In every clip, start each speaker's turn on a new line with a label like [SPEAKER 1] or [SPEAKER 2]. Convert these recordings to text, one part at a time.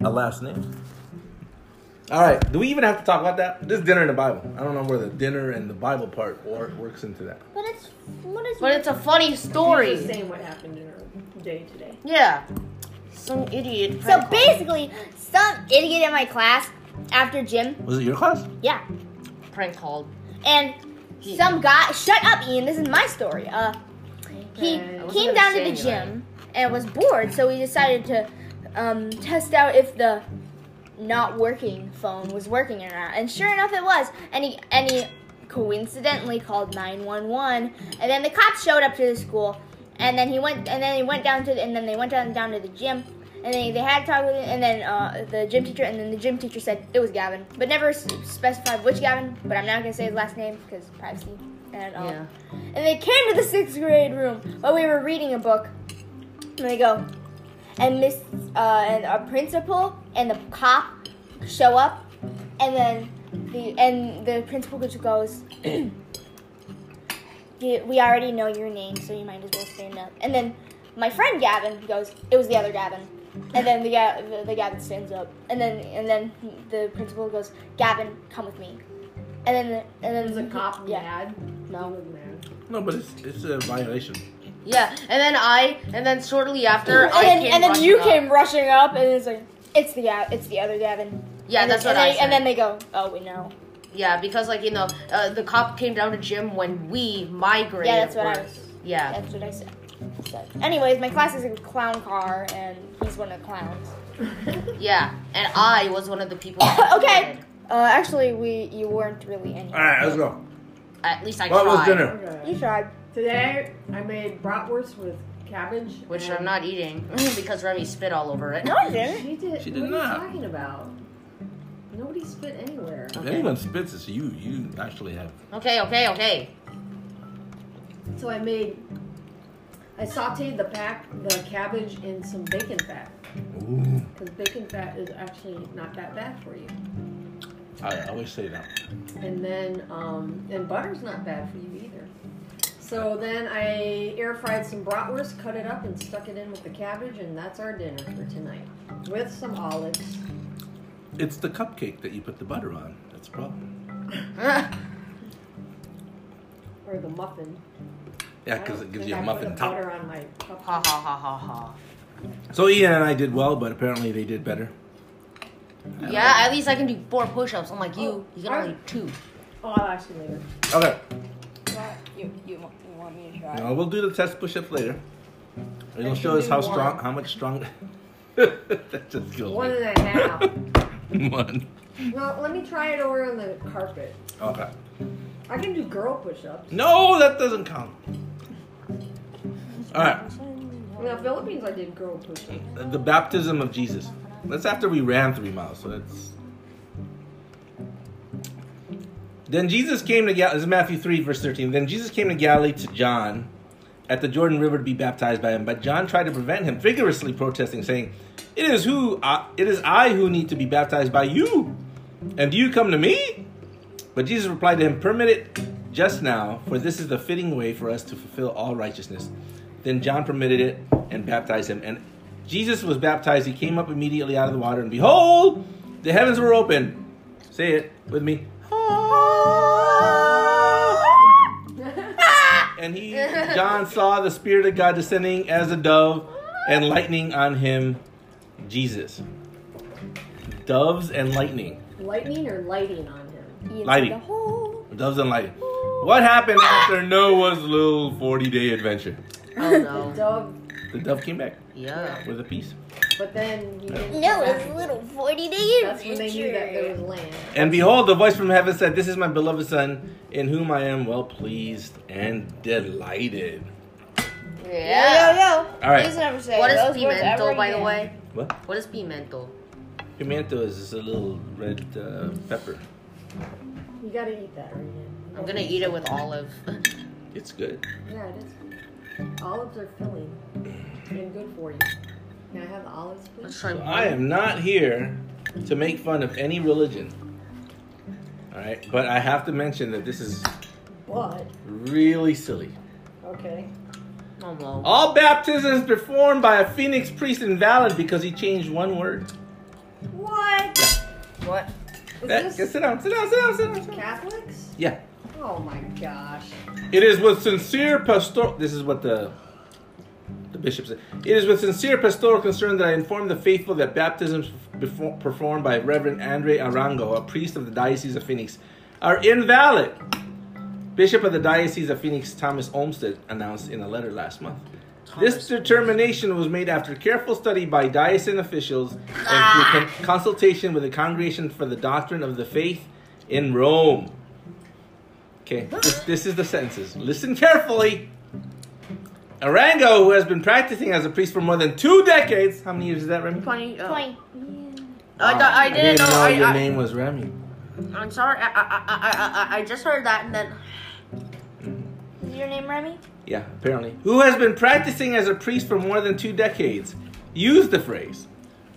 [SPEAKER 1] a last name. All right. Do we even have to talk about that? This dinner and the Bible. I don't know where the dinner and the Bible part or works into that.
[SPEAKER 2] But it's what is
[SPEAKER 3] But it's a funny
[SPEAKER 4] He's just
[SPEAKER 3] story.
[SPEAKER 4] saying what happened in her day today.
[SPEAKER 3] Yeah. Some idiot.
[SPEAKER 2] so
[SPEAKER 3] prank call.
[SPEAKER 2] basically some idiot in my class after gym.
[SPEAKER 1] Was it your class?
[SPEAKER 2] Yeah.
[SPEAKER 3] Prank called.
[SPEAKER 2] And
[SPEAKER 3] He-
[SPEAKER 2] some guy shut up, Ian, this is my story. Uh he
[SPEAKER 4] Okay. I wasn't
[SPEAKER 2] came
[SPEAKER 3] gonna
[SPEAKER 2] down to
[SPEAKER 3] say
[SPEAKER 2] the
[SPEAKER 3] anything.
[SPEAKER 2] gym and was bored, so he decided to um, test out if the not working phone was working or not. And sure enough, it was. And he and he coincidentally called 911, and then the cops showed up to the school, and then he went and then he went down to the, and then they went down down to the gym. And then they had a talk with it, and then uh, the gym teacher, and then the gym teacher said it was Gavin, but never s- specified which Gavin. But I'm not gonna say his last name because privacy. And um,
[SPEAKER 3] Yeah.
[SPEAKER 2] and they came to the sixth grade room while we were reading a book. And they go, and Miss uh, and our principal and the cop show up, and then the and the principal just goes, "You- "We already know your name, so you might as well stand up." And then my friend Gavin goes, "It was the other Gavin." And then the, Ga- the, the Gavin stands up, and then and then the principal goes, "Gavin, come with me." And then the, and then
[SPEAKER 4] Was the cop
[SPEAKER 2] Mm-hmm. yeah.
[SPEAKER 4] mad? No, was mad.
[SPEAKER 1] No, but it's it's a violation.
[SPEAKER 3] Yeah. And then I. And then shortly after, I
[SPEAKER 2] and then,
[SPEAKER 3] came
[SPEAKER 2] and then
[SPEAKER 3] rushing
[SPEAKER 2] you
[SPEAKER 3] up.
[SPEAKER 2] came rushing up, and it's like it's the Ga- it's the other Gavin.
[SPEAKER 3] Yeah,
[SPEAKER 2] and
[SPEAKER 3] that's
[SPEAKER 2] then,
[SPEAKER 3] what
[SPEAKER 2] and
[SPEAKER 3] I
[SPEAKER 2] they,
[SPEAKER 3] said.
[SPEAKER 2] And then they go, oh, we know.
[SPEAKER 3] Yeah, because like you know, uh, the cop came down to gym when we migrated.
[SPEAKER 2] Yeah, that's what I
[SPEAKER 3] were-
[SPEAKER 2] was.
[SPEAKER 3] Yeah.
[SPEAKER 2] That's what I said. So, anyways, my class is a clown car, and he's one of the clowns.
[SPEAKER 3] Yeah, and I was one of the people.
[SPEAKER 2] okay. Uh, actually, we you weren't really any.
[SPEAKER 1] All right, let's go.
[SPEAKER 3] At least I
[SPEAKER 1] What
[SPEAKER 3] tried.
[SPEAKER 1] was dinner?
[SPEAKER 2] You
[SPEAKER 4] Okay.
[SPEAKER 2] tried.
[SPEAKER 4] Today I made bratwurst with cabbage.
[SPEAKER 3] Which
[SPEAKER 4] and-
[SPEAKER 3] I'm not eating because Remy spit all over it.
[SPEAKER 2] No, you didn't.
[SPEAKER 4] She did.
[SPEAKER 1] She did
[SPEAKER 4] what
[SPEAKER 1] not.
[SPEAKER 4] are you talking about? Nobody spit anywhere.
[SPEAKER 1] If anyone spits, it's you. You actually have.
[SPEAKER 3] Okay, okay, okay.
[SPEAKER 4] So I made. I sauteed the pack, the cabbage in some bacon fat
[SPEAKER 1] Ooh.
[SPEAKER 4] because bacon fat is actually not that bad for you.
[SPEAKER 1] I always say that.
[SPEAKER 4] And then, um, and butter's not bad for you either. So then I air fried some bratwurst, cut it up, and stuck it in with the cabbage, and that's our dinner for tonight with some olives.
[SPEAKER 1] It's the cupcake that you put the butter on. That's the problem.
[SPEAKER 4] Or the muffin.
[SPEAKER 1] Yeah, because it gives you a muffin top.
[SPEAKER 4] Butter on my cup.
[SPEAKER 3] Ha ha ha ha ha.
[SPEAKER 1] So Ian and I did well, but apparently they did better.
[SPEAKER 3] Yeah, at least I can do four push-ups. I'm like you. You can
[SPEAKER 4] Oh,
[SPEAKER 3] only do two.
[SPEAKER 4] Oh, I'll ask you later.
[SPEAKER 1] Okay.
[SPEAKER 2] You, you, want, you want me to try?
[SPEAKER 1] Now we'll do the test push-ups later. It'll
[SPEAKER 4] I
[SPEAKER 1] show
[SPEAKER 4] can
[SPEAKER 1] us
[SPEAKER 4] do
[SPEAKER 1] how
[SPEAKER 4] one.
[SPEAKER 1] strong, how much stronger. that just goes.
[SPEAKER 4] One and a half.
[SPEAKER 1] one.
[SPEAKER 4] well, let me try it over on the carpet.
[SPEAKER 1] Okay.
[SPEAKER 4] I can do girl push-ups.
[SPEAKER 1] No, that doesn't count. All right.
[SPEAKER 4] In the Philippines, I did girl push-ups.
[SPEAKER 1] The baptism of Jesus. That's after we ran three miles, so that's. Then Jesus came to Galilee. This is Matthew 3, verse 13. Then Jesus came to Galilee to John at the Jordan River to be baptized by him. But John tried to prevent him, vigorously protesting, saying, It is who I, it is I who need to be baptized by you. And do you come to me? But Jesus replied to him, Permit it just now, for this is the fitting way for us to fulfill all righteousness. Then John permitted it and baptized him. And Jesus was baptized. He came up immediately out of the water, and behold, the heavens were open. Say it with me. And he, John, saw the Spirit of God descending as a dove and lightning on him, Jesus. Doves and lightning.
[SPEAKER 4] Lightning or lighting on him?
[SPEAKER 1] Lighting.
[SPEAKER 2] The whole
[SPEAKER 1] Doves and lightning. What happened after Noah's little 40 day adventure?
[SPEAKER 3] Oh
[SPEAKER 4] The
[SPEAKER 3] no.
[SPEAKER 4] dove,
[SPEAKER 1] The dove came back
[SPEAKER 3] Yeah.
[SPEAKER 1] with a piece.
[SPEAKER 4] but then he didn't.
[SPEAKER 2] no, it's little forty day
[SPEAKER 4] That's when they knew that there was land.
[SPEAKER 1] And behold, the voice from heaven said, This is my beloved Son, in whom I am well pleased and delighted.
[SPEAKER 3] Yeah.
[SPEAKER 2] Yo, yo, yo.
[SPEAKER 1] All right.
[SPEAKER 2] Please never say
[SPEAKER 3] What is
[SPEAKER 2] those words ever
[SPEAKER 3] pimento, by the
[SPEAKER 2] again.
[SPEAKER 3] way?
[SPEAKER 1] What?
[SPEAKER 3] What is pimento?
[SPEAKER 1] Pimiento is just a little red uh, pepper.
[SPEAKER 4] You gotta eat that right now.
[SPEAKER 3] I'm gonna eat it with olive.
[SPEAKER 1] It's good.
[SPEAKER 4] Yeah, it is. Olives are filling and good for you. Can I have the olives,
[SPEAKER 3] Let's
[SPEAKER 4] please?
[SPEAKER 3] try.
[SPEAKER 1] I am not here to make fun of any religion. All right. But I have to mention that this is
[SPEAKER 4] What?
[SPEAKER 1] really silly.
[SPEAKER 4] Okay.
[SPEAKER 3] Oh no.
[SPEAKER 1] All baptisms performed by a Phoenix priest invalid because he changed one word. Oh.
[SPEAKER 3] What?
[SPEAKER 4] Is
[SPEAKER 1] That-
[SPEAKER 4] this
[SPEAKER 1] yeah, sit down, sit down, sit down, sit down. sit down.
[SPEAKER 4] Catholics?
[SPEAKER 1] Yeah.
[SPEAKER 4] Oh my gosh.
[SPEAKER 1] It is with sincere pastoral. This is what the the bishop said. It is with sincere pastoral concern that I inform the faithful that baptisms befo- performed by Reverend Andre Arango, a priest of the Diocese of Phoenix, are invalid. Bishop of the Diocese of Phoenix, Thomas Olmsted, announced in a letter last month. This determination was made after careful study by diocesan officials and through con- consultation with the Congregation for the Doctrine of the Faith in Rome. Okay, this, this is the sentences. Listen carefully. Arango, who has been practicing as a priest for more than two decades, how many years is that, Remy?
[SPEAKER 3] Twenty. Uh,
[SPEAKER 2] Point.
[SPEAKER 3] I, thought- I didn't, know. I,
[SPEAKER 1] your
[SPEAKER 3] I,
[SPEAKER 1] name was Remy.
[SPEAKER 3] I'm sorry. I, I, I, I, I just heard that, and then
[SPEAKER 2] Is your name Remy?
[SPEAKER 1] Yeah, apparently. Who has been practicing as a priest for more than two decades, used the phrase,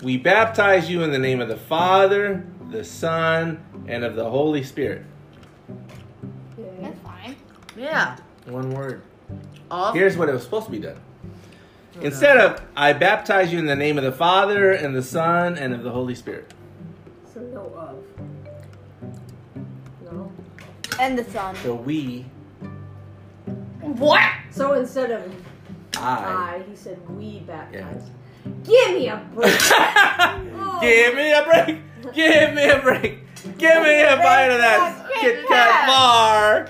[SPEAKER 1] We baptize you in the name of the Father, the Son, and of the Holy Spirit.
[SPEAKER 2] That's fine.
[SPEAKER 3] yeah.
[SPEAKER 1] One word.
[SPEAKER 3] Of
[SPEAKER 1] Here's what it was supposed to be done. Instead of, I baptize you in the name of the Father, and the Son, and of the Holy Spirit.
[SPEAKER 4] So no of. No.
[SPEAKER 2] And the sun.
[SPEAKER 1] So we,
[SPEAKER 3] what?
[SPEAKER 4] So instead of
[SPEAKER 1] I.
[SPEAKER 4] I, he said we baptized. Give me a break. Oh,
[SPEAKER 1] Give me a break! Give me a break! Give me a bite of that Kit Kat bar!
[SPEAKER 4] my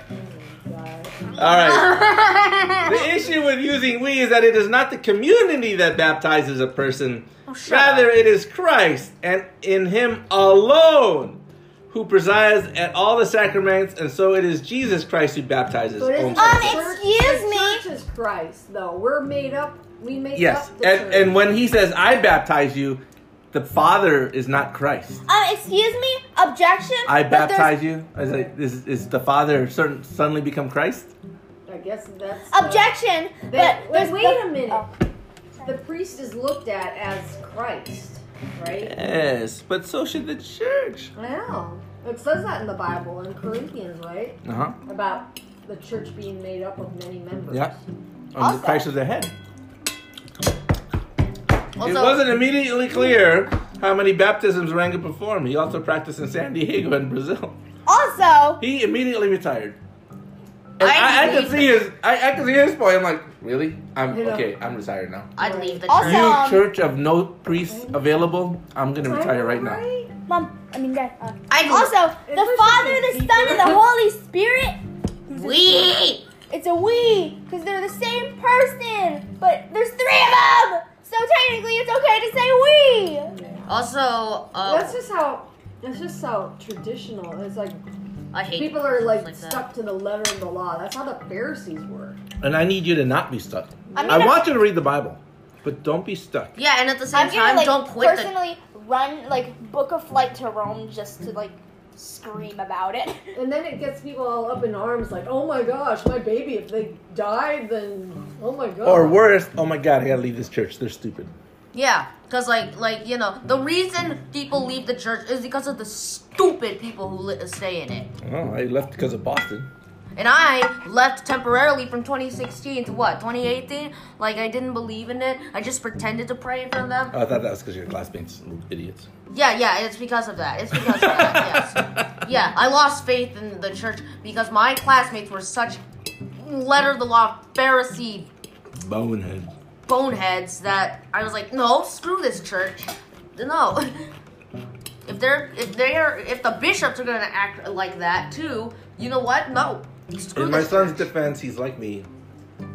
[SPEAKER 4] God.
[SPEAKER 1] Alright. the issue with using we is that it is not the community that baptizes a person.
[SPEAKER 4] Oh,
[SPEAKER 1] Rather, it is Christ, and in him alone, who presides at all the sacraments, and so it is Jesus Christ who baptizes.
[SPEAKER 4] But isn't
[SPEAKER 1] Om
[SPEAKER 4] the
[SPEAKER 2] Um,
[SPEAKER 1] Santo.
[SPEAKER 4] church-
[SPEAKER 2] excuse
[SPEAKER 4] the
[SPEAKER 2] me.
[SPEAKER 4] Church is Christ, though. We're made up. We make
[SPEAKER 1] Yes,
[SPEAKER 4] up the
[SPEAKER 1] and,
[SPEAKER 4] church.
[SPEAKER 1] and when he says, I baptize you, the Father is not Christ.
[SPEAKER 2] Um, excuse me. Objection.
[SPEAKER 1] I
[SPEAKER 2] But there's-
[SPEAKER 1] baptize you. Is, it- is, is the Father certain, suddenly become Christ?
[SPEAKER 4] I guess that's the-
[SPEAKER 2] Objection. but
[SPEAKER 4] That- wait-
[SPEAKER 2] there's-
[SPEAKER 4] wait
[SPEAKER 2] but-
[SPEAKER 4] a minute.
[SPEAKER 2] oh.
[SPEAKER 4] The priest is looked at as Christ, right?
[SPEAKER 1] Yes, but so should the church.
[SPEAKER 4] Well, it says that in the Bible in Corinthians, right?
[SPEAKER 1] Uh huh.
[SPEAKER 4] About the church being made up of many members.
[SPEAKER 1] Yeah. On
[SPEAKER 2] Also-
[SPEAKER 1] the Christ of the head.
[SPEAKER 3] Also,
[SPEAKER 1] it wasn't immediately clear how many baptisms Ranga performed. He also practiced in San Diego and Brazil.
[SPEAKER 2] Also,
[SPEAKER 1] He immediately retired. And
[SPEAKER 3] I'd
[SPEAKER 1] I, I, could
[SPEAKER 3] leave-
[SPEAKER 1] see his. I, I could see his point. I'm like, really? I'm
[SPEAKER 4] You know.
[SPEAKER 1] okay. I'm retired now.
[SPEAKER 3] I'd leave the
[SPEAKER 2] Also-
[SPEAKER 3] church.
[SPEAKER 1] You
[SPEAKER 2] Um,
[SPEAKER 1] church of no priests available. I'm gonna
[SPEAKER 4] Am I
[SPEAKER 1] retire right now.
[SPEAKER 4] right?
[SPEAKER 2] mom. I mean, dad. uh,
[SPEAKER 3] I'd
[SPEAKER 2] also,
[SPEAKER 4] It
[SPEAKER 2] the
[SPEAKER 4] was
[SPEAKER 2] Father,
[SPEAKER 4] something
[SPEAKER 2] the
[SPEAKER 4] deeper.
[SPEAKER 2] Son, and the Holy Spirit.
[SPEAKER 3] we.
[SPEAKER 2] It's a we because they're the same person, but there's three of them. So technically, it's okay to say we.
[SPEAKER 3] Also, uh,
[SPEAKER 4] That's just how. That's just how traditional. It's like
[SPEAKER 3] I hate
[SPEAKER 4] people are like,
[SPEAKER 3] that.
[SPEAKER 4] stuck to the letter of the law. That's how the Pharisees were.
[SPEAKER 1] And I need you to not be stuck.
[SPEAKER 2] I'm
[SPEAKER 1] I
[SPEAKER 2] gonna-
[SPEAKER 1] want you to read the Bible, but don't be stuck.
[SPEAKER 3] Yeah, and at the
[SPEAKER 2] I'm
[SPEAKER 3] same
[SPEAKER 2] gonna
[SPEAKER 3] time,
[SPEAKER 2] like
[SPEAKER 3] don't quit the
[SPEAKER 2] personally run like book a flight to Rome just to like scream about it.
[SPEAKER 4] And then it gets people all up in arms, like, "Oh my gosh, my baby! If they died, then oh my god."
[SPEAKER 1] Or worse, oh my God, I gotta leave this church. They're stupid.
[SPEAKER 3] Yeah, because like like you know the reason people leave the church is because of the stupid people who li- stay in it.
[SPEAKER 1] Oh, I left because of Boston.
[SPEAKER 3] And I left temporarily from 2016 to what 2018. Like I didn't believe in it. I just pretended to pray in front of them.
[SPEAKER 1] Oh, I thought that was because your classmates were idiots.
[SPEAKER 3] Yeah, yeah, it's because of that. It's because of that. Yes. Yeah, I lost faith in the church because my classmates were such letter of the law Pharisee
[SPEAKER 1] Bonehead.
[SPEAKER 3] boneheads that I was like, no, screw this church. No. If they're if they're if the bishops are gonna act like that too, you know what? No. Screw
[SPEAKER 1] In my
[SPEAKER 3] this
[SPEAKER 1] son's
[SPEAKER 3] church.
[SPEAKER 1] defense, he's like me.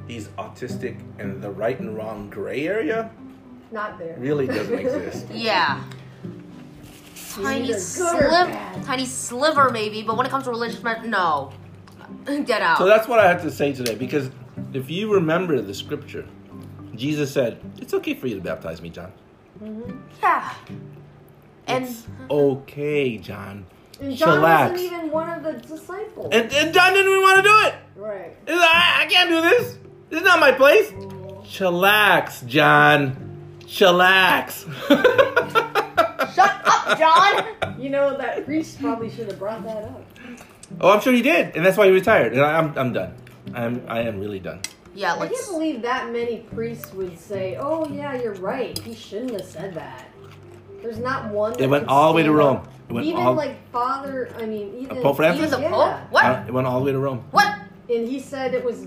[SPEAKER 1] He's autistic, and the right and wrong gray area
[SPEAKER 4] not there.
[SPEAKER 1] really doesn't exist.
[SPEAKER 3] Yeah. Tiny
[SPEAKER 4] either good or
[SPEAKER 3] sliver
[SPEAKER 4] bad.
[SPEAKER 3] tiny sliver maybe, but when it comes to religious matters, no. Get out.
[SPEAKER 1] So that's what I had to say today, because if you remember the scripture, Jesus said, It's okay for you to baptize me, John.
[SPEAKER 3] yeah. And
[SPEAKER 1] It's okay, John.
[SPEAKER 4] And John
[SPEAKER 1] Chillax.
[SPEAKER 4] wasn't even one of the disciples.
[SPEAKER 1] And, and John didn't even want to do it.
[SPEAKER 4] right.
[SPEAKER 1] He's like, I, I can't do this. This is not my place. Chillax, John. Chillax.
[SPEAKER 2] Shut up, John.
[SPEAKER 4] You know that priest probably should have brought that up.
[SPEAKER 1] Oh, I'm sure he did, and that's why he retired. And I, I'm, I'm done. I'm, I am really done.
[SPEAKER 3] yeah,
[SPEAKER 4] I can't
[SPEAKER 3] let's
[SPEAKER 4] believe that many priests would say, "Oh yeah, you're right. He shouldn't have said that." There's not one.
[SPEAKER 1] It
[SPEAKER 4] that
[SPEAKER 1] went
[SPEAKER 4] could
[SPEAKER 1] all the way to
[SPEAKER 4] stand
[SPEAKER 1] Rome.
[SPEAKER 4] up
[SPEAKER 1] It went
[SPEAKER 4] even
[SPEAKER 1] all.
[SPEAKER 4] like father, I mean, even
[SPEAKER 1] Pope Francis?
[SPEAKER 3] Even the
[SPEAKER 4] Yeah.
[SPEAKER 3] Pope?
[SPEAKER 1] uh,
[SPEAKER 3] What?
[SPEAKER 1] it went all the way to Rome.
[SPEAKER 3] What?
[SPEAKER 4] And he said it was.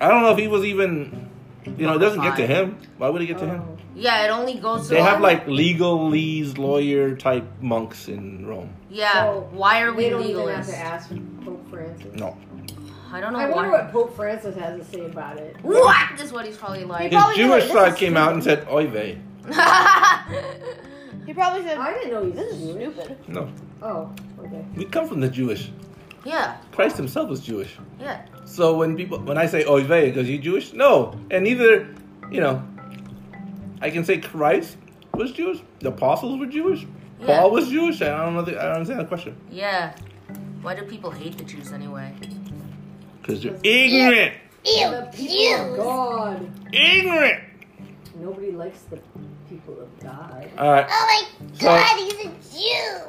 [SPEAKER 1] I don't know if he was even. You know, it doesn't get to
[SPEAKER 3] Fine.
[SPEAKER 1] him. Why would it get to him?
[SPEAKER 4] oh.
[SPEAKER 3] Yeah, it only goes to.
[SPEAKER 1] They have like legalese lawyer type monks in Rome.
[SPEAKER 3] Yeah.
[SPEAKER 4] So,
[SPEAKER 3] why are we
[SPEAKER 4] Oh, they don't even have
[SPEAKER 3] legalists?
[SPEAKER 4] to ask Pope Francis.
[SPEAKER 1] No,
[SPEAKER 3] I don't know
[SPEAKER 4] I
[SPEAKER 3] why.
[SPEAKER 4] wonder what Pope Francis has to say about it.
[SPEAKER 3] What? This is what he's probably like.
[SPEAKER 1] his
[SPEAKER 2] probably
[SPEAKER 1] Jewish
[SPEAKER 2] like, this
[SPEAKER 1] side
[SPEAKER 2] is
[SPEAKER 1] came out and said, "Oy vey."
[SPEAKER 2] He probably said,
[SPEAKER 4] I didn't know he
[SPEAKER 2] "This
[SPEAKER 4] was
[SPEAKER 2] is
[SPEAKER 4] Jewish.
[SPEAKER 2] stupid."
[SPEAKER 1] No,
[SPEAKER 4] Oh, okay.
[SPEAKER 1] we come from the Jewish.
[SPEAKER 3] yeah,
[SPEAKER 1] Christ himself was Jewish.
[SPEAKER 3] yeah.
[SPEAKER 1] So when people, when I say "Oy vey," goes, "You Jewish?" No, and neither, you know. I can say Christ was Jewish. The apostles were Jewish.
[SPEAKER 3] Yeah.
[SPEAKER 1] Paul was Jewish. I don't know. The, I don't understand the question
[SPEAKER 3] Yeah. Why do people hate the Jews anyway?
[SPEAKER 1] because you're ignorant,
[SPEAKER 4] The people of God.
[SPEAKER 1] ignorant.
[SPEAKER 4] Nobody likes the people of God.
[SPEAKER 1] All right.
[SPEAKER 2] Oh my
[SPEAKER 1] So- God,
[SPEAKER 2] he's a Jew!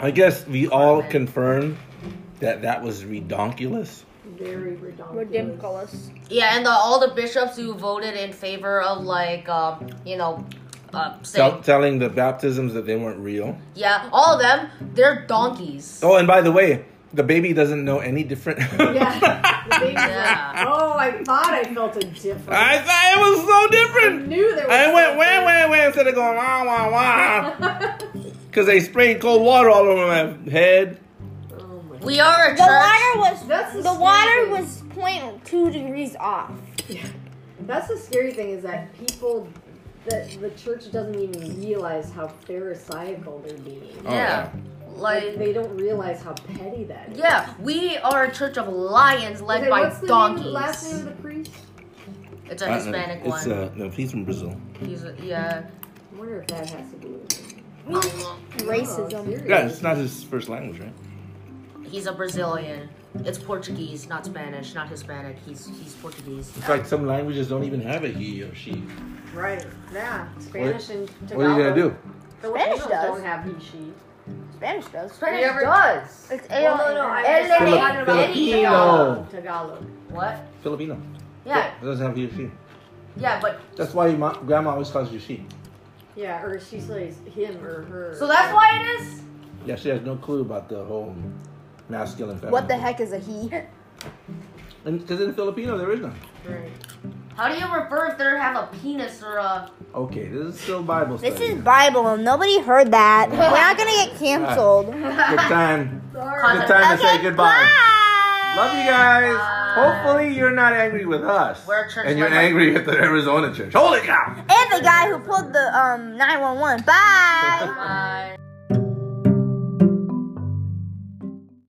[SPEAKER 1] I guess we all confirm that that was redonkulous.
[SPEAKER 4] Very redonkulous.
[SPEAKER 2] Ridiculous.
[SPEAKER 3] Yeah, and the, all the bishops who voted in favor of like, um, you know, uh,
[SPEAKER 1] Tell,
[SPEAKER 3] saying,
[SPEAKER 1] telling the baptisms that they weren't real.
[SPEAKER 3] yeah, all of them, they're donkeys.
[SPEAKER 1] Oh, and by the way, the baby doesn't know any different.
[SPEAKER 4] Yeah. The baby's
[SPEAKER 3] Yeah.
[SPEAKER 4] like, oh, I thought I felt a difference.
[SPEAKER 1] I thought it was so
[SPEAKER 4] I
[SPEAKER 1] different.
[SPEAKER 4] knew there was.
[SPEAKER 1] I went wah wah wah instead of going wah wah wah
[SPEAKER 4] something.
[SPEAKER 1] because they sprayed cold water all over my head.
[SPEAKER 4] oh my
[SPEAKER 1] Ah.
[SPEAKER 3] We are a
[SPEAKER 2] The
[SPEAKER 3] church.
[SPEAKER 2] water was
[SPEAKER 4] That's the
[SPEAKER 2] the water
[SPEAKER 4] scary thing.
[SPEAKER 2] was point two degrees off.
[SPEAKER 4] That's the scary thing is that people, that the church doesn't even realize how pharisaical they're being.
[SPEAKER 1] Oh,
[SPEAKER 3] yeah.
[SPEAKER 4] Like
[SPEAKER 3] Like,
[SPEAKER 4] they don't realize how petty that is.
[SPEAKER 3] yeah, we are a church of lions led
[SPEAKER 4] Okay,
[SPEAKER 3] by
[SPEAKER 4] what's the
[SPEAKER 3] donkeys.
[SPEAKER 4] Name, last name of the priest?
[SPEAKER 3] It's
[SPEAKER 1] I
[SPEAKER 3] a
[SPEAKER 1] don't know.
[SPEAKER 3] Hispanic
[SPEAKER 1] It's
[SPEAKER 3] one.
[SPEAKER 1] uh, no, he's from Brazil.
[SPEAKER 3] He's a, yeah.
[SPEAKER 4] I wonder if that has to do with it. Oh, No,
[SPEAKER 2] Racism.
[SPEAKER 4] seriously.
[SPEAKER 1] Yeah, it's not his first language, right?
[SPEAKER 3] He's a Brazilian. It's Portuguese, not Spanish, not Hispanic. He's he's Portuguese.
[SPEAKER 1] It's like some languages don't even have a he or she.
[SPEAKER 4] Right. Yeah. Spanish and Tagalog.
[SPEAKER 1] What are you gonna do?
[SPEAKER 4] Filipinos
[SPEAKER 2] Spanish does.
[SPEAKER 4] Don't have he she.
[SPEAKER 2] Spanish does.
[SPEAKER 3] Spanish
[SPEAKER 4] Never-
[SPEAKER 3] does.
[SPEAKER 2] It's
[SPEAKER 4] Well, no, no.
[SPEAKER 2] El-
[SPEAKER 4] I'm
[SPEAKER 1] Fili-
[SPEAKER 4] just talking about
[SPEAKER 1] Filipino.
[SPEAKER 4] Tagalog. Tagalog.
[SPEAKER 3] What?
[SPEAKER 1] Filipino.
[SPEAKER 3] Yeah,
[SPEAKER 1] It doesn't have he or she.
[SPEAKER 3] yeah, but
[SPEAKER 1] That's why my grandma always calls you she.
[SPEAKER 4] Yeah, or she says him or her.
[SPEAKER 3] so that's why it is.
[SPEAKER 1] Yeah, she has no clue about the whole masculine feminine.
[SPEAKER 2] What the heck is a he?
[SPEAKER 1] Because in Filipino there is none.
[SPEAKER 4] Right.
[SPEAKER 3] How do you refer if they have a penis or a?
[SPEAKER 1] Okay, this is still Bible study.
[SPEAKER 2] This is Bible. Nobody heard that. We're not gonna get canceled.
[SPEAKER 1] good time. Good
[SPEAKER 4] Sorry.
[SPEAKER 1] time to say
[SPEAKER 2] Okay,
[SPEAKER 1] goodbye.
[SPEAKER 2] bye.
[SPEAKER 1] Love you guys.
[SPEAKER 3] Bye.
[SPEAKER 1] Hopefully you're not angry with us.
[SPEAKER 3] We're a church
[SPEAKER 1] and you're
[SPEAKER 3] member.
[SPEAKER 1] angry at the Arizona church. Holy cow!
[SPEAKER 2] And the guy who pulled the um 911. Bye.
[SPEAKER 3] Uh,